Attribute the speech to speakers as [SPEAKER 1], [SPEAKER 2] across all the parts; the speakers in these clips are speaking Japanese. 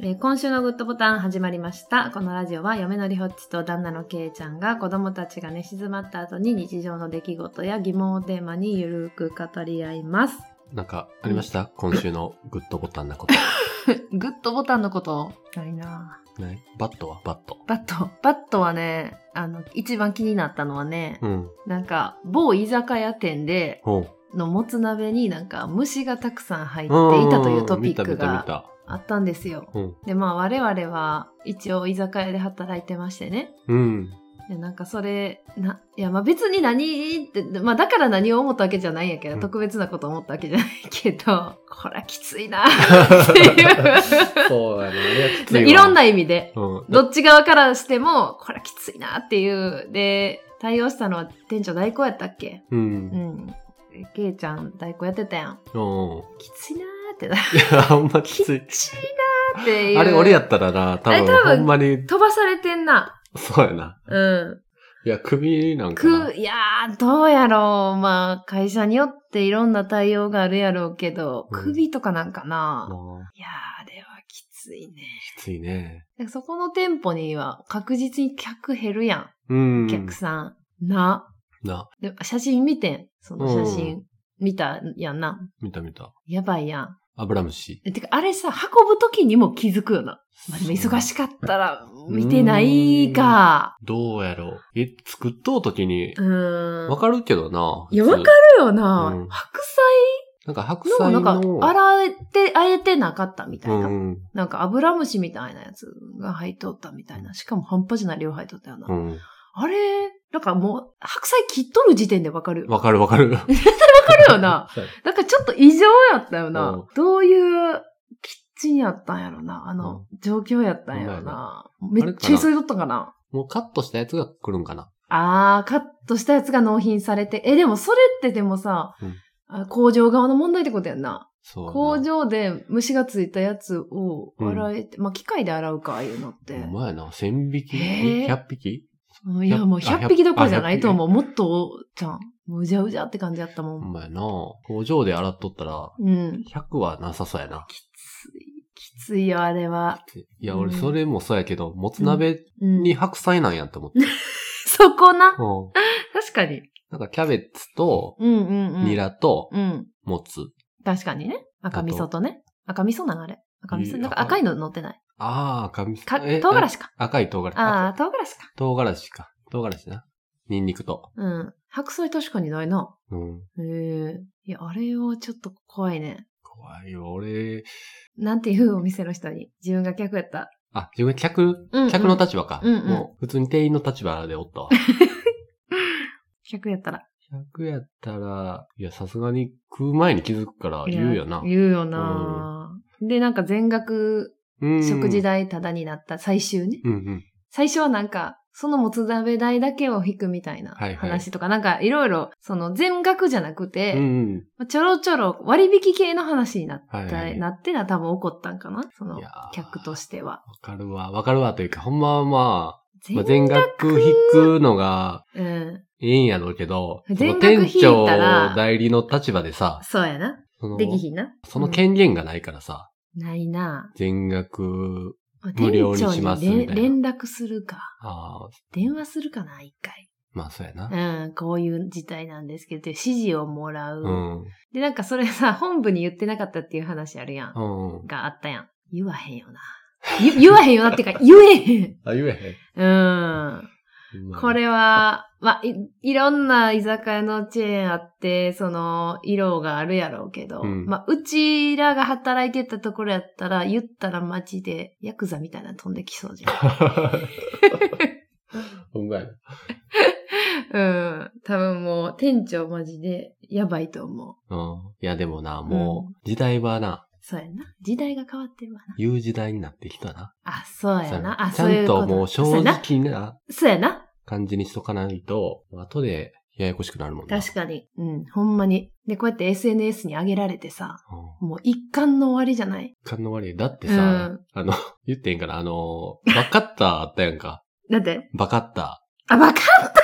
[SPEAKER 1] えー今週のグッドボタン始まりました。このラジオは嫁のりほっちと旦那のけいちゃんが子供たちが寝静まった後に日常の出来事や疑問をテーマにゆるく語り合います。
[SPEAKER 2] なんか、ありました、今週のグッドボタンなこと。
[SPEAKER 1] グッドボタンのことないなぁ
[SPEAKER 2] ないバットはバット。
[SPEAKER 1] バット、バットはね、あの、一番気になったのはね、
[SPEAKER 2] うん。
[SPEAKER 1] なんか、某居酒屋店で
[SPEAKER 2] ほう。
[SPEAKER 1] のもつ鍋になんか虫がたくさん入っていたというトピッ
[SPEAKER 2] うん
[SPEAKER 1] ク
[SPEAKER 2] 見た見た見
[SPEAKER 1] が
[SPEAKER 2] た。
[SPEAKER 1] あったんですよ。
[SPEAKER 2] うん。
[SPEAKER 1] で、まあ我々は一応居酒屋で働いてましてね。
[SPEAKER 2] うん。
[SPEAKER 1] いやなんかそれ、な、いやまあ別に何って、まあだから何を思ったわけじゃないんやけど、
[SPEAKER 2] うん
[SPEAKER 1] 特別なこと思ったわけじゃないけど、 これはきつい なっていう。
[SPEAKER 2] そうやね。きつわ
[SPEAKER 1] いろん。な意味で。
[SPEAKER 2] うん。
[SPEAKER 1] どっち側からしても、これはきついなっていう。で、対応したのは店長代行やったっけ
[SPEAKER 2] う。
[SPEAKER 1] うんん。でケイちゃん代行やってたやん。
[SPEAKER 2] うん。
[SPEAKER 1] きついなーってな。
[SPEAKER 2] いや、ほんまきつい。
[SPEAKER 1] っていう。
[SPEAKER 2] あれ、俺やったらな、多
[SPEAKER 1] あれ多
[SPEAKER 2] 分、
[SPEAKER 1] 分
[SPEAKER 2] ほんまに、
[SPEAKER 1] 飛ばされてんな。
[SPEAKER 2] そうやな。
[SPEAKER 1] うん。
[SPEAKER 2] いや、首なんかな
[SPEAKER 1] く、。いやー、どうやろう。まあ、会社によっていろんな対応があるやろうけど、
[SPEAKER 2] うん
[SPEAKER 1] 首とかなんかな。
[SPEAKER 2] あ
[SPEAKER 1] いやー、あれはきついね。
[SPEAKER 2] ーきついね。
[SPEAKER 1] だからそこの店舗には確実に客減るや。
[SPEAKER 2] うんん。
[SPEAKER 1] 客さん。な。
[SPEAKER 2] な、
[SPEAKER 1] で写真見てん。その写真。見たやんな。
[SPEAKER 2] 見た見た。
[SPEAKER 1] やばいやん。
[SPEAKER 2] アブラムシ。
[SPEAKER 1] えてか、あれさ、運ぶ時にも気づくよな。まあ、でも忙しかったら、見てないか。
[SPEAKER 2] どうやろう。え、作っとうときに
[SPEAKER 1] う、ーん。
[SPEAKER 2] わかるけどな。
[SPEAKER 1] いや
[SPEAKER 2] 普通
[SPEAKER 1] わかるよな。
[SPEAKER 2] うん
[SPEAKER 1] 白
[SPEAKER 2] なんか白
[SPEAKER 1] 菜
[SPEAKER 2] 菜
[SPEAKER 1] の
[SPEAKER 2] の。
[SPEAKER 1] なんか、洗えて、あえてなかったみたいな。
[SPEAKER 2] うん。
[SPEAKER 1] なんか、油虫みたいなやつが入っとったみたいな。しかも半端じゃない量入っとったよな。
[SPEAKER 2] うん。
[SPEAKER 1] あれ、なんかもう、白菜切っとる時点で わかるよ。
[SPEAKER 2] わかるわかる。わ
[SPEAKER 1] かるよな。。なんかちょっと異常やったよ
[SPEAKER 2] う。
[SPEAKER 1] なんどういうキッチンやったんやろな。あの、状況やったんやろな。め
[SPEAKER 2] やな
[SPEAKER 1] っちゃ急いとったんかな。
[SPEAKER 2] もうカットしたやつが来るんかな。
[SPEAKER 1] あー、カットしたやつが納品されて。え、でもそれってでもさ、
[SPEAKER 2] うん
[SPEAKER 1] あ工場側の問題ってことやんな。
[SPEAKER 2] そうやな。
[SPEAKER 1] 工場で虫がついたやつを洗えて、まあ機械で洗うか、ああいうのって。
[SPEAKER 2] ほんまやな。千匹
[SPEAKER 1] へー
[SPEAKER 2] ?100 匹
[SPEAKER 1] うんいや、もう
[SPEAKER 2] 100
[SPEAKER 1] 100匹どころじゃない
[SPEAKER 2] あ100
[SPEAKER 1] と思う。もっと、じゃん。もううじゃうじゃって感じやったも
[SPEAKER 2] ほ
[SPEAKER 1] ん。
[SPEAKER 2] んまやな。工場で洗っとったら、
[SPEAKER 1] うん。
[SPEAKER 2] 100はなさそうやな。
[SPEAKER 1] きつい。きついよ、あれは。
[SPEAKER 2] いや、
[SPEAKER 1] うん
[SPEAKER 2] 俺それもそうやけど、もつ鍋
[SPEAKER 1] うん。
[SPEAKER 2] に白菜なんやと思って。
[SPEAKER 1] そこな。
[SPEAKER 2] うん。
[SPEAKER 1] 確かに。
[SPEAKER 2] なんかキャベツと、
[SPEAKER 1] うんうんうん。
[SPEAKER 2] ニラと、
[SPEAKER 1] うん。
[SPEAKER 2] もつ。
[SPEAKER 1] 確かにね。赤味噌とね。赤味噌なのあれ。赤味噌。
[SPEAKER 2] いい
[SPEAKER 1] なんか赤いの乗ってない。
[SPEAKER 2] ああ、赤み
[SPEAKER 1] か、
[SPEAKER 2] え
[SPEAKER 1] 唐辛子か。
[SPEAKER 2] あ赤い唐辛子。
[SPEAKER 1] ああ、唐辛子か。
[SPEAKER 2] 唐辛子か。唐辛子な。ニンニクと。
[SPEAKER 1] うん。白菜確かにないな。
[SPEAKER 2] うん。
[SPEAKER 1] へえ。いや、あれはちょっと怖いね。
[SPEAKER 2] 怖いよ。俺、
[SPEAKER 1] なんていうお店の人に、自分が客やった。
[SPEAKER 2] あ、自分客、
[SPEAKER 1] うんうん
[SPEAKER 2] 客の立場か。
[SPEAKER 1] うんうん
[SPEAKER 2] もう、普通に店員の立場で おったわ。
[SPEAKER 1] 客やったら。
[SPEAKER 2] 100やったら、いや、さすがに食う前に気づくから
[SPEAKER 1] いや
[SPEAKER 2] 言うよな。
[SPEAKER 1] 言うよな、で、なんか全額
[SPEAKER 2] うん
[SPEAKER 1] 食事。代タダになった最終ね。
[SPEAKER 2] うんうん。
[SPEAKER 1] 最初はなんか、そのもつ鍋代だけを引くみたいな
[SPEAKER 2] はいはい
[SPEAKER 1] 話とか、なんかいろいろ、その全額じゃなくて、
[SPEAKER 2] うんうん。
[SPEAKER 1] ちょろちょろ割引系の話になった、
[SPEAKER 2] はいはい
[SPEAKER 1] なってな、多分怒ったんかなその
[SPEAKER 2] いやー
[SPEAKER 1] 客としては。
[SPEAKER 2] わかるわ。わかるわというか、ほんまはまあ、
[SPEAKER 1] 全
[SPEAKER 2] まあ、全額引くのが
[SPEAKER 1] うん。
[SPEAKER 2] いいんやろうけど、その
[SPEAKER 1] 全額引いたら
[SPEAKER 2] 店長代理の立場でさ、
[SPEAKER 1] そうやな。
[SPEAKER 2] その
[SPEAKER 1] できひんな。
[SPEAKER 2] その権限がないからさ、
[SPEAKER 1] うんないな。
[SPEAKER 2] 全額、
[SPEAKER 1] まあ
[SPEAKER 2] 無料にしますみた
[SPEAKER 1] 店
[SPEAKER 2] いな
[SPEAKER 1] 長に連連絡するか。
[SPEAKER 2] ああ、
[SPEAKER 1] 電話するかな、一回。
[SPEAKER 2] まあそうやな。
[SPEAKER 1] うん、こういう事態なんですけど、っていう指示をもらう。
[SPEAKER 2] うん。うん。
[SPEAKER 1] で、なんかそれさ、本部に言ってなかったっていう話あるやん。
[SPEAKER 2] うん、
[SPEAKER 1] があったやん。言わへんよな。ゆ言 わへんよなってか、言えへん。
[SPEAKER 2] あ、言え
[SPEAKER 1] うん。
[SPEAKER 2] へん。うん
[SPEAKER 1] こ。れは、まあ、い、いろんな居酒屋のチェーンあって、その、色があるやろうけど、
[SPEAKER 2] うん
[SPEAKER 1] まあ、うちらが働いてたところやったら、言ったらマジで、ヤクザみたいなの飛んできそうじゃん。
[SPEAKER 2] ほんまやな。
[SPEAKER 1] うん。多分もう、店長マジで、やばいと思う。
[SPEAKER 2] うん。いや、でもな、もう、時代はな、
[SPEAKER 1] そうやな。時代が変わってるわな。
[SPEAKER 2] 言う時代になってきたな。
[SPEAKER 1] あ、そうやな。あ、
[SPEAKER 2] ち
[SPEAKER 1] そう
[SPEAKER 2] ゃ
[SPEAKER 1] い
[SPEAKER 2] ん
[SPEAKER 1] うこと
[SPEAKER 2] もう正直な
[SPEAKER 1] そうやな。
[SPEAKER 2] 感じにしとかないと、後でややこしくなるもんな。
[SPEAKER 1] 確かに。うん、ほんまに。で、こうやって SNS に上げられてさ、
[SPEAKER 2] に。
[SPEAKER 1] もう一貫の終わりじゃない
[SPEAKER 2] 勘の悪い。だって
[SPEAKER 1] う
[SPEAKER 2] さ
[SPEAKER 1] ん、
[SPEAKER 2] あの、 言っていいんかな、あの、バカッターあったやんか。
[SPEAKER 1] だって、
[SPEAKER 2] バカッタ
[SPEAKER 1] あ、バカッターあった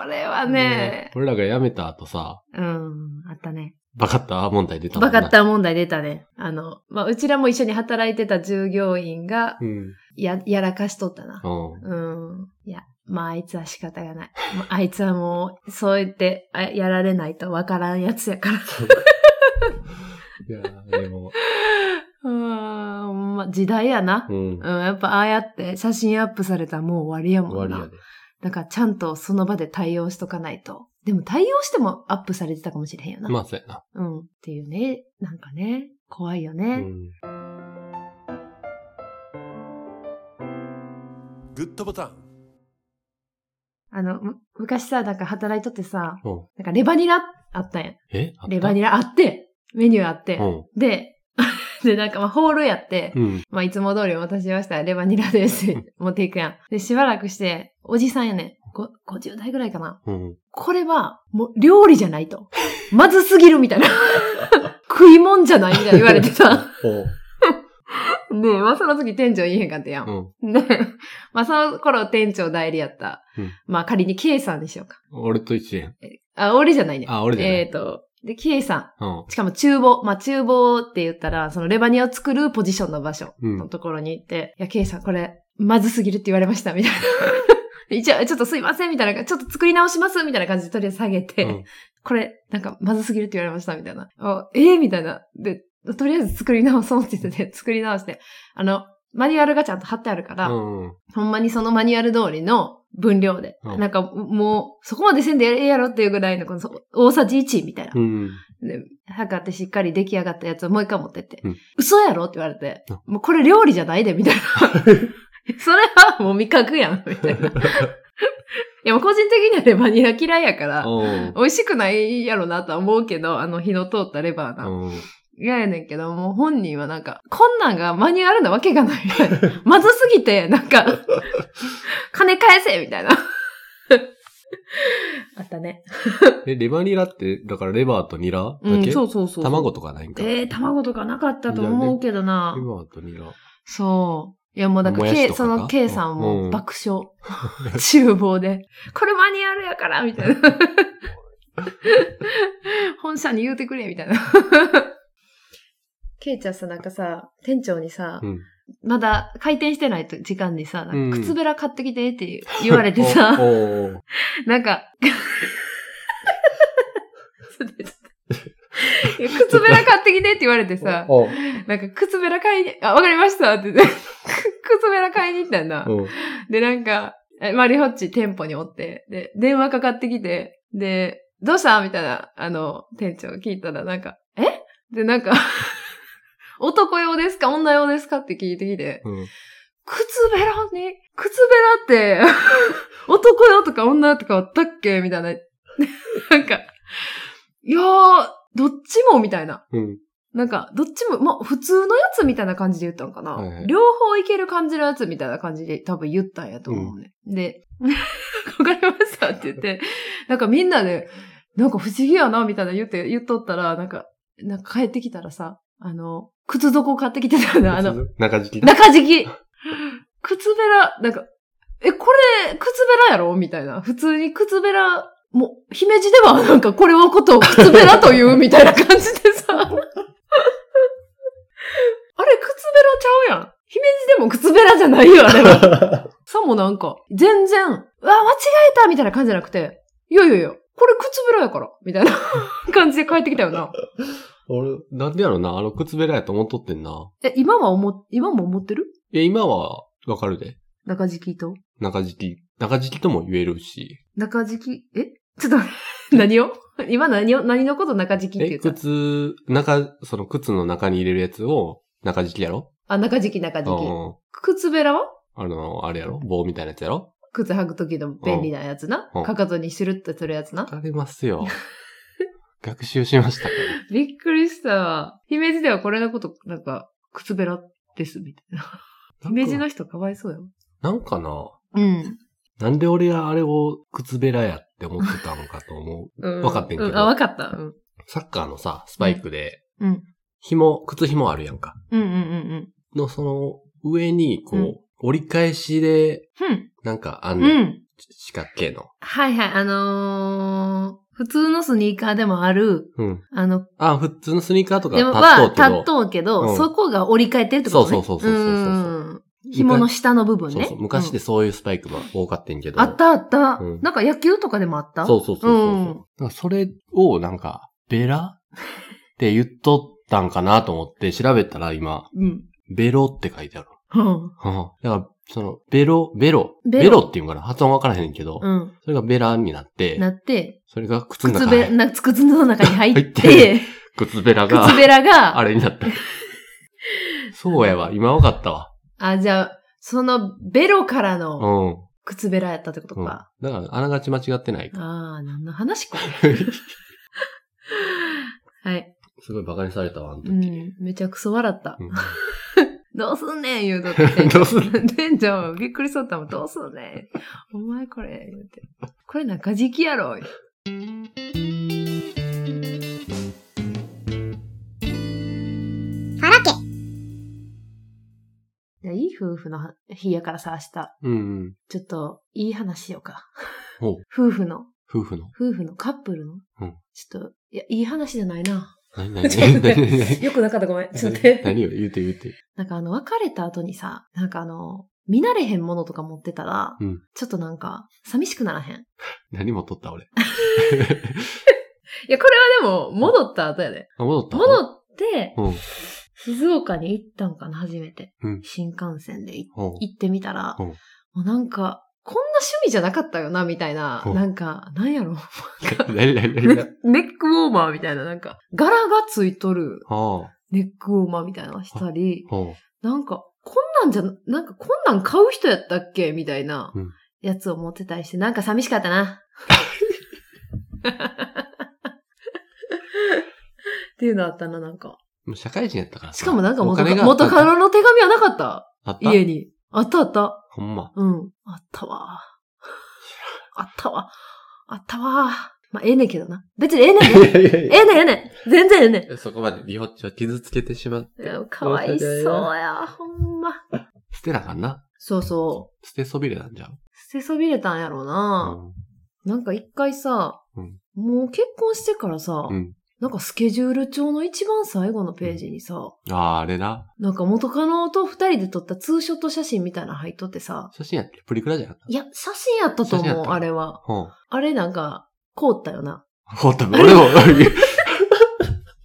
[SPEAKER 1] これはね、
[SPEAKER 2] 俺らが辞めた後さ、
[SPEAKER 1] うん、あったね。
[SPEAKER 2] バカッター問題出たも
[SPEAKER 1] バ
[SPEAKER 2] んな
[SPEAKER 1] カッ。ター問題出たね。あの、まあ、うちらも一緒に働いてた従業員が、
[SPEAKER 2] うん。うん。
[SPEAKER 1] や、やらかしとったな。うん。いや、まあ、あいつは仕方がない。まああいつはもう、そう言って、あやられないとわからんやつやから。
[SPEAKER 2] いやー、でも、
[SPEAKER 1] うん、ほんま時代やな。
[SPEAKER 2] う
[SPEAKER 1] う
[SPEAKER 2] ん。
[SPEAKER 1] ん、やっぱああやって写真アップされたらもう終わりやもん
[SPEAKER 2] 終わりや
[SPEAKER 1] な。
[SPEAKER 2] で。
[SPEAKER 1] だからちゃんとその場で対応しとかないと。でも対応してもアップされてたかもしれへんよな。
[SPEAKER 2] まあ、そうやな。
[SPEAKER 1] うん。っていうね。なんかね、怖いよ
[SPEAKER 2] う
[SPEAKER 1] ね。
[SPEAKER 2] ん。
[SPEAKER 3] グッドボタン
[SPEAKER 1] あの、む昔さ、なんか働いとってさ、
[SPEAKER 2] うん
[SPEAKER 1] なんかレバニラあったんや。
[SPEAKER 2] えあった
[SPEAKER 1] レバニラあって、メニューあって
[SPEAKER 2] う。ん。
[SPEAKER 1] で、 で、なんかまあホールやって、
[SPEAKER 2] うん。
[SPEAKER 1] まあいつも通りお渡ししましたらレバニラです。持っていくやん。で、しばらくして、おじさんやねん。ご50代ぐらいかな。
[SPEAKER 2] うん。
[SPEAKER 1] これは、もう、料理じゃないと。まずすぎるみたいな。 食いもんじゃないみたいな言われて さ。。
[SPEAKER 2] おう。
[SPEAKER 1] ねえ、まあ、その時店長言えへんかったや。
[SPEAKER 2] うんん。
[SPEAKER 1] ねえ、まあ、その頃店長代理やった。
[SPEAKER 2] うん
[SPEAKER 1] まあ、仮に K さんでしょうか。
[SPEAKER 2] 俺と一円。
[SPEAKER 1] あ、俺じゃないね。
[SPEAKER 2] あ、俺じゃない
[SPEAKER 1] えっ、と、で、K さ
[SPEAKER 2] うん。
[SPEAKER 1] ん。しかも厨房。まあ、厨房って言ったら、そのレバニラを作るポジションの場所
[SPEAKER 2] うん
[SPEAKER 1] のところに行って、いや、K さんこれ、まずすぎるって言われました、み たいな。一応、ちょっとすいません、みたいな、ちょっと作り直します、みたいな感じでとりあえず下げて、
[SPEAKER 2] うん
[SPEAKER 1] これ、なんか、まずすぎるって言われました、みたいな。あええみたいな。で、とりあえず作り直そうって言ってて、作り直して、あの、マニュアルがちゃんと貼ってあるから、
[SPEAKER 2] うん。
[SPEAKER 1] ほんまにそのマニュアル通りの分量で、
[SPEAKER 2] うん
[SPEAKER 1] なんかもう、そこまでせんでええやろっていうぐらいの、このそ大さじ1みたいな
[SPEAKER 2] う。ん。
[SPEAKER 1] で、測ってしっかり出来上がったやつをもう一回持ってって、
[SPEAKER 2] うん
[SPEAKER 1] 嘘やろって言われて
[SPEAKER 2] うん、
[SPEAKER 1] もうこれ料理じゃないで、みたいな。それはもう味覚やん、みたい な。いや、もう個人的にはレバニラ嫌いやから、
[SPEAKER 2] おう。
[SPEAKER 1] 美味しくないやろなとは思うけど、あの火の通ったレバーな。
[SPEAKER 2] うん。
[SPEAKER 1] 嫌やねんけど、もう本人はなんか、こんなんがマニュアルなわけがないみたいな。まずすぎて、なん か、金返せみたいな。あったね。
[SPEAKER 2] え、レバニラって、だからレバーとニラ
[SPEAKER 1] う
[SPEAKER 2] だ
[SPEAKER 1] ん、
[SPEAKER 2] け
[SPEAKER 1] そうそうそう。
[SPEAKER 2] 卵とかないんか。
[SPEAKER 1] えー、卵とかなかったと思うけどな
[SPEAKER 2] レ。バーとニラ。
[SPEAKER 1] そう。いや、もうだから、
[SPEAKER 2] もやし
[SPEAKER 1] K、
[SPEAKER 2] とか
[SPEAKER 1] そ
[SPEAKER 2] か
[SPEAKER 1] の K さん
[SPEAKER 2] うん
[SPEAKER 1] も爆 笑。厨房で。これマニュアルやからみた いな。本社に言うてくれみたいな。ケイちゃんさ、なんかさ、店長にさ、
[SPEAKER 2] うん。
[SPEAKER 1] まだ開店してないと時間にさ、な
[SPEAKER 2] うん
[SPEAKER 1] んか靴べら買ってきてって言われてさ、
[SPEAKER 2] おうおう
[SPEAKER 1] なん か、ちょっと待っていや靴べら買ってきてって言われ てさ、
[SPEAKER 2] おう
[SPEAKER 1] なんか、靴べら買いに、あ、わかりましたって言 って、靴べら買いに行ったんだ。
[SPEAKER 2] おう
[SPEAKER 1] で、なんか、えマリホッチ店舗におって、で、電話かかってきて、で、どうしたみたいな、あの、店長聞いたら、なんか、えで、なんか、 男用ですか女用ですかって聞いてきて、
[SPEAKER 2] うん。
[SPEAKER 1] 靴べらに、靴べらって、 男用とか女用とかあったっけみたいな。 なんか、いやー、どっちもみたいな。
[SPEAKER 2] うん。
[SPEAKER 1] なんか、どっちも、まあ、普通のやつみたいな感じで言ったんかな。
[SPEAKER 2] はいはい
[SPEAKER 1] 両方いける感じのやつみたいな感じで多分言ったんやと思うね。で、 わかりましたって言って、なんかみんなで、なんか不思議やな、みたいな言って、言っとったら、なんか、なんか帰ってきたらさ、あの、靴底を買ってきてたんだ、あの、、
[SPEAKER 2] 中敷きだ。
[SPEAKER 1] 中敷き靴べら、なんか、え、これ、靴べらやろみたいな。普通に靴べら、もう、姫路ではなんかこれをことを靴べらというみたいな感じでさ。 あれ、靴べらちゃうやん。姫路でも靴べらじゃないよ、あれは。さもなんか、全然、うわ、間違えたみたいな感じじゃなくて、いやいやいや、これ靴べらやから、みたいな 感じで帰ってきたよな。
[SPEAKER 2] 俺、なんでやろな、あの靴べらやと思っとってんな。
[SPEAKER 1] え、今は思、今も思ってる
[SPEAKER 2] いや、今はわかるで。
[SPEAKER 1] 中敷きと。
[SPEAKER 2] 中敷き。中敷きとも言えるし。
[SPEAKER 1] 中敷き、えちょっと待って、 何を今何を、何のこと中敷きって言
[SPEAKER 2] え、
[SPEAKER 1] った
[SPEAKER 2] 靴、中、その靴の中に入れるやつを中敷きやろ
[SPEAKER 1] あ、中敷き中
[SPEAKER 2] う
[SPEAKER 1] 敷き。
[SPEAKER 2] ん。
[SPEAKER 1] 靴べらは
[SPEAKER 2] あの、あれやろ棒みたいなやつやろ
[SPEAKER 1] 靴履くときの便利なやつな
[SPEAKER 2] うん。
[SPEAKER 1] かかとにシュルッとするやつな。
[SPEAKER 2] わかりますよ。 学習しましたか
[SPEAKER 1] びっくりしたわ。姫路ではこれのこと、なんか、靴べらです、みたいな。
[SPEAKER 2] ら
[SPEAKER 1] 姫路の人かわいそうよ。
[SPEAKER 2] なんかな、
[SPEAKER 1] うん。
[SPEAKER 2] なんで俺があれを靴べらやって思ってたのかと思う。
[SPEAKER 1] うん
[SPEAKER 2] わかってんけど
[SPEAKER 1] うあ、わかった。うん。
[SPEAKER 2] サッカーのさ、スパイクで、
[SPEAKER 1] うん。
[SPEAKER 2] 紐、靴紐あるやんか。
[SPEAKER 1] うんうんうん
[SPEAKER 2] のその上に、こう、
[SPEAKER 1] うん
[SPEAKER 2] 折り返しで、
[SPEAKER 1] うん。
[SPEAKER 2] なんかあん
[SPEAKER 1] うん。
[SPEAKER 2] ねん。
[SPEAKER 1] うん。
[SPEAKER 2] 四角形の。
[SPEAKER 1] はいはい、あのー、普通のスニーカーでもある、
[SPEAKER 2] うん。
[SPEAKER 1] あの、
[SPEAKER 2] あ、普通のスニーカーとか
[SPEAKER 1] でも
[SPEAKER 2] パ
[SPEAKER 1] は
[SPEAKER 2] ッとうけ
[SPEAKER 1] 立
[SPEAKER 2] ど
[SPEAKER 1] っ。とうけど、
[SPEAKER 2] うん
[SPEAKER 1] そこが折り返ってるってことね。
[SPEAKER 2] そうそうそうそうそうそうん
[SPEAKER 1] 紐の下の部分ね。
[SPEAKER 2] そうそう。昔で
[SPEAKER 1] うん
[SPEAKER 2] そういうスパイクも多かったんけど。
[SPEAKER 1] あったあった、
[SPEAKER 2] うん
[SPEAKER 1] なんか野球とかでもあった
[SPEAKER 2] そうそうそうそうそう。
[SPEAKER 1] うん
[SPEAKER 2] だからそれをなんか、ベラって言っとったんかなと思って調べたら今、
[SPEAKER 1] う。うん。
[SPEAKER 2] ベロって書いてある。
[SPEAKER 1] うん。
[SPEAKER 2] うんだから、その、ベロ、ベロ、
[SPEAKER 1] ベ
[SPEAKER 2] ベ
[SPEAKER 1] ロ
[SPEAKER 2] ロっていうんかな発音わからへんけど、
[SPEAKER 1] うん。
[SPEAKER 2] それがベラになって、
[SPEAKER 1] なって、
[SPEAKER 2] それが靴の
[SPEAKER 1] 靴
[SPEAKER 2] 中
[SPEAKER 1] べ、
[SPEAKER 2] に、
[SPEAKER 1] な靴の中に入っ
[SPEAKER 2] 入って
[SPEAKER 1] て、
[SPEAKER 2] 靴ベラが、
[SPEAKER 1] 靴べら
[SPEAKER 2] あ
[SPEAKER 1] が、
[SPEAKER 2] れに なった。そうやわ、今わかったわ。
[SPEAKER 1] あ、じゃあ、そのベロから
[SPEAKER 2] う
[SPEAKER 1] の
[SPEAKER 2] ん。
[SPEAKER 1] 靴べらやったってこと
[SPEAKER 2] うん、だ
[SPEAKER 1] か。
[SPEAKER 2] から、あながち間違ってない。
[SPEAKER 1] ああ、何の話か。 はい。
[SPEAKER 2] すごい馬鹿にされたわ、あの時。
[SPEAKER 1] う
[SPEAKER 2] うん
[SPEAKER 1] ん。めちゃくそ笑った。
[SPEAKER 2] う
[SPEAKER 1] どうすんねん言うとって。
[SPEAKER 2] どうすん
[SPEAKER 1] ねん店長、びっくりしとったもん。どうすんねん。お前これ、言うて。これ中敷きやろ。
[SPEAKER 3] 原家。
[SPEAKER 1] いやいい夫婦の日やからさ、明日。
[SPEAKER 2] んうん。
[SPEAKER 1] ちょっと、いい話しようか。
[SPEAKER 2] ほう
[SPEAKER 1] 夫婦の、
[SPEAKER 2] 夫婦の。
[SPEAKER 1] 夫婦のカップルの。
[SPEAKER 2] うん
[SPEAKER 1] ちょっと、いや、いい話じゃない な。
[SPEAKER 2] 何
[SPEAKER 1] ちょっと
[SPEAKER 2] 何何何 何
[SPEAKER 1] よくなかったごめん。ちょっと待って。
[SPEAKER 2] 何を言うて言うて。
[SPEAKER 1] なんかあの、別れた後にさ、なんかあの、見慣れへんものとか持ってたら、
[SPEAKER 2] うん
[SPEAKER 1] ちょっとなんか、寂しくならへん。
[SPEAKER 2] 何も取った俺。
[SPEAKER 1] いや、これはでも、戻った後やで。
[SPEAKER 2] あ、戻った
[SPEAKER 1] 戻って、
[SPEAKER 2] うん。
[SPEAKER 1] 静岡に行ったんかな、初めて。
[SPEAKER 2] うん
[SPEAKER 1] 新幹線で行
[SPEAKER 2] ほう
[SPEAKER 1] 行ってみたら、
[SPEAKER 2] うん
[SPEAKER 1] もうなんか、こんな趣味じゃなかったよな、みたいな。
[SPEAKER 2] うん
[SPEAKER 1] なんか、なんやろ。ネ
[SPEAKER 2] 何何何
[SPEAKER 1] ネ
[SPEAKER 2] 何
[SPEAKER 1] ックウォーマーみたいな、なんか、柄がついとる
[SPEAKER 2] は
[SPEAKER 1] ネックウォーマーみたいなのしたり、
[SPEAKER 2] あ、は
[SPEAKER 1] なんか、こんなんじゃ、なんかこんなん買う人やったっけみたいな
[SPEAKER 2] うん
[SPEAKER 1] やつを持ってたりして、なんか寂しかった な。っていうのあったな、なんか。
[SPEAKER 2] あ。社会人やったからさ。
[SPEAKER 1] しかもなんか
[SPEAKER 2] お
[SPEAKER 1] 元
[SPEAKER 2] 金
[SPEAKER 1] か
[SPEAKER 2] があった
[SPEAKER 1] 元カノの手紙はなかった。
[SPEAKER 2] あった
[SPEAKER 1] 家に。あったあった。
[SPEAKER 2] ほんま。
[SPEAKER 1] うん。あったわ。あったわ。あったわ。まあ、ええねんけどな。別にええ ねんね。ええねんええねん。全然ええねん。
[SPEAKER 2] そこまで、リホッチを傷つけてしまっ
[SPEAKER 1] いや
[SPEAKER 2] て。
[SPEAKER 1] かわいそうや、ほんま。
[SPEAKER 2] 捨てなあかんな。
[SPEAKER 1] そうそう。
[SPEAKER 2] 捨てそびれなんじゃん。
[SPEAKER 1] 捨てそびれたんやろうな。なんか一回さ、
[SPEAKER 2] うん
[SPEAKER 1] もう結婚してからさ、
[SPEAKER 2] うん。
[SPEAKER 1] なんかスケジュール帳の一番最後のページにさ、
[SPEAKER 2] ああ、あれな。
[SPEAKER 1] なんか元カノと二人で撮ったツーショット写真みたいなの入っとってさ、
[SPEAKER 2] 写真やって、プリクラじゃなかっ
[SPEAKER 1] いや、写真やったと
[SPEAKER 2] 写真
[SPEAKER 1] 思う
[SPEAKER 2] やっ、た
[SPEAKER 1] あれは。
[SPEAKER 2] た。うん。
[SPEAKER 1] あれなんか、凍ったよな。
[SPEAKER 2] ほんと、俺も、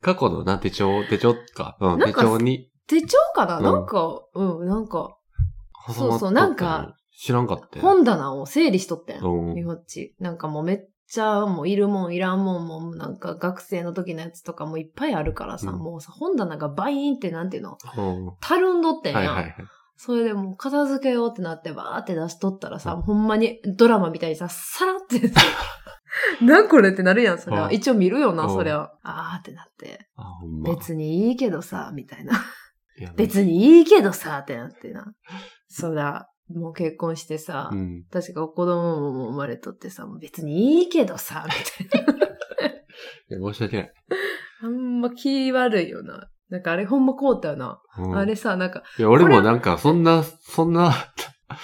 [SPEAKER 2] 過去のな、手帳、手帳か。うん、
[SPEAKER 1] なん
[SPEAKER 2] 手
[SPEAKER 1] か
[SPEAKER 2] 帳に。
[SPEAKER 1] 手帳かな、
[SPEAKER 2] うん
[SPEAKER 1] なんか、うん、なんか、
[SPEAKER 2] 挟まっと
[SPEAKER 1] そうそ
[SPEAKER 2] ったの
[SPEAKER 1] うなんか、
[SPEAKER 2] 知らんかったよ。
[SPEAKER 1] 本棚を整理しとってん。
[SPEAKER 2] うん
[SPEAKER 1] みほっち。なんかもうめっちゃ、もういるもんいらんもんも、なんか学生の時のやつとかもいっぱいあるからさ、
[SPEAKER 2] うん
[SPEAKER 1] もうさ、本棚がバイーンってなんていうの、
[SPEAKER 2] うん。は
[SPEAKER 1] たるんどって
[SPEAKER 2] い
[SPEAKER 1] んや
[SPEAKER 2] は
[SPEAKER 1] ん。
[SPEAKER 2] いはい。
[SPEAKER 1] それでもう片付けようってなってバーって出しとったらさ、ほんまにドラマみたいにさ、さら ってさ、なんこれってなるやん、そりゃ。
[SPEAKER 2] うん
[SPEAKER 1] 一応見るよな、
[SPEAKER 2] うん
[SPEAKER 1] そりゃ。あーってなって。
[SPEAKER 2] あ、ほんま。
[SPEAKER 1] 別にいいけどさ、みたいな。
[SPEAKER 2] いや
[SPEAKER 1] 別にいいけどさ、ってなってな。そら、もう結婚してさ、
[SPEAKER 2] うん。
[SPEAKER 1] 確か子供も生まれとってさ、もう別にいいけどさ、み たいな。
[SPEAKER 2] いや申し訳ない。
[SPEAKER 1] あんま気悪いよな。なんかあれほんまこうたよな。
[SPEAKER 2] うん
[SPEAKER 1] あれさ、なんか、
[SPEAKER 2] いや、俺もなんか、そんな、そんな、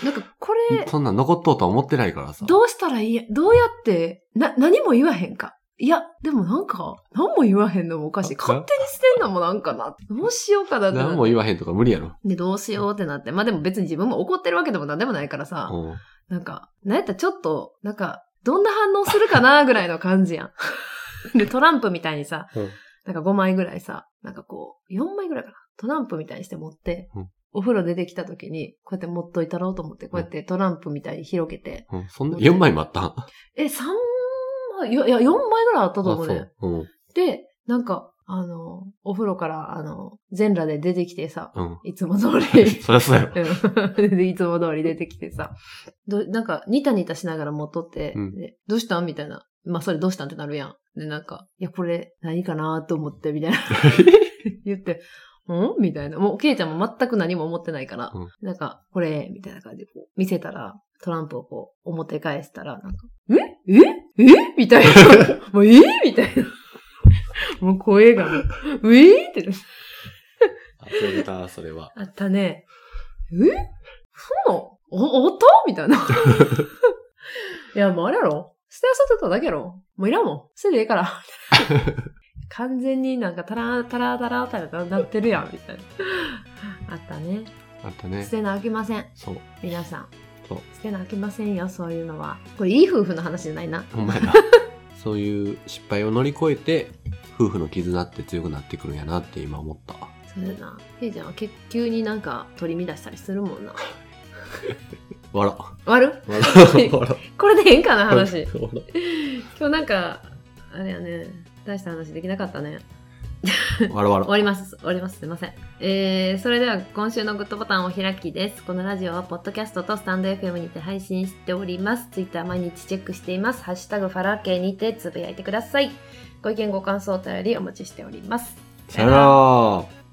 [SPEAKER 1] なんかこれ、
[SPEAKER 2] そんなん残っとうとは思ってないからさ。
[SPEAKER 1] どうしたらいいどうやって、な、何も言わへんか。いや、でもなんか、何も言わへんのもおかしい。
[SPEAKER 2] あか
[SPEAKER 1] 勝手に捨てんのもなんかな。どうしようかなってな
[SPEAKER 2] 何も言わへんとか無理やろ。
[SPEAKER 1] で、どうしようってなって。まあでも別に自分も怒ってるわけでもなんでもないからさ、
[SPEAKER 2] うん。
[SPEAKER 1] なんか、なんやったらちょっと、なんか、どんな反応するかなぐらいの感じや ん。で、トランプみたいにさ、
[SPEAKER 2] うん
[SPEAKER 1] なんか5枚ぐらいさ、なんかこう、4枚ぐらいかな。トランプみたいにして持って、
[SPEAKER 2] うん
[SPEAKER 1] お風呂出てきた時に、こうやって持っといたろうと思って、こうやってトランプみたいに広げて、
[SPEAKER 2] うんそんな、4枚もあったん
[SPEAKER 1] え、3枚、いや、いや4枚ぐらいあったと
[SPEAKER 2] あ
[SPEAKER 1] 思う
[SPEAKER 2] そ
[SPEAKER 1] ね
[SPEAKER 2] う。。うん。
[SPEAKER 1] で、なんか、あの、お風呂から、あの、全裸で出てきてさ、
[SPEAKER 2] うん。
[SPEAKER 1] いつも通 り。
[SPEAKER 2] そりゃそうやろ。
[SPEAKER 1] うん でいつも通り出てきてさ、どなんか、ニタニタしながら持っとって、
[SPEAKER 2] うん
[SPEAKER 1] でどうしたんみたいな。まあ、それどうしたんってなるやん。で、なんか、いや、これ、何かなと思って、み たいな。言って、んみたいな。もう、ケイちゃんも全く何も思ってないから、
[SPEAKER 2] うん
[SPEAKER 1] なんか、これ、みたいな感じで、こう、見せたら、トランプをこう、表返したら、なんか、えええみ たいな。もう、えみたいな。もう声が、うえってなって
[SPEAKER 2] 遊れた、それは。
[SPEAKER 1] あったね。えそうなのお、おったみたいな。いや、もうあれやろ捨て遊んでただけやろもういらんもん。捨てていいから。完全になんかタラタラタラタラなってるやん、みたいな。あったね。
[SPEAKER 2] あったね
[SPEAKER 1] 捨。てなあきません。
[SPEAKER 2] そう。
[SPEAKER 1] 皆さん。
[SPEAKER 2] そう
[SPEAKER 1] 捨てなあきませんよ、そういうのは。これいい夫婦の話じゃないな。
[SPEAKER 2] ほんまやな。 そういう失敗を乗り越えて、夫婦の絆って強くなってくるんやなって今思った。
[SPEAKER 1] そうやな。ひーちゃんは結急になんか取り乱したりするもんな。
[SPEAKER 2] 笑。
[SPEAKER 1] 終わる
[SPEAKER 2] 笑。笑。
[SPEAKER 1] これでええんかな、話。
[SPEAKER 2] 笑
[SPEAKER 1] 今日なんか、あれやね。大した話できなかったね。
[SPEAKER 2] 笑。
[SPEAKER 1] 終
[SPEAKER 2] 笑。
[SPEAKER 1] わります。終わります。すいません。えー、それでは今週のグッドボタンを開きです。このラジオはポッドキャストとスタンド FM にて配信しております。ツイッター毎日チェックしています。ハッシュタグファラー系にてつぶやいてください。ご意見ご感想お便りお待ちしております。
[SPEAKER 2] さよなら。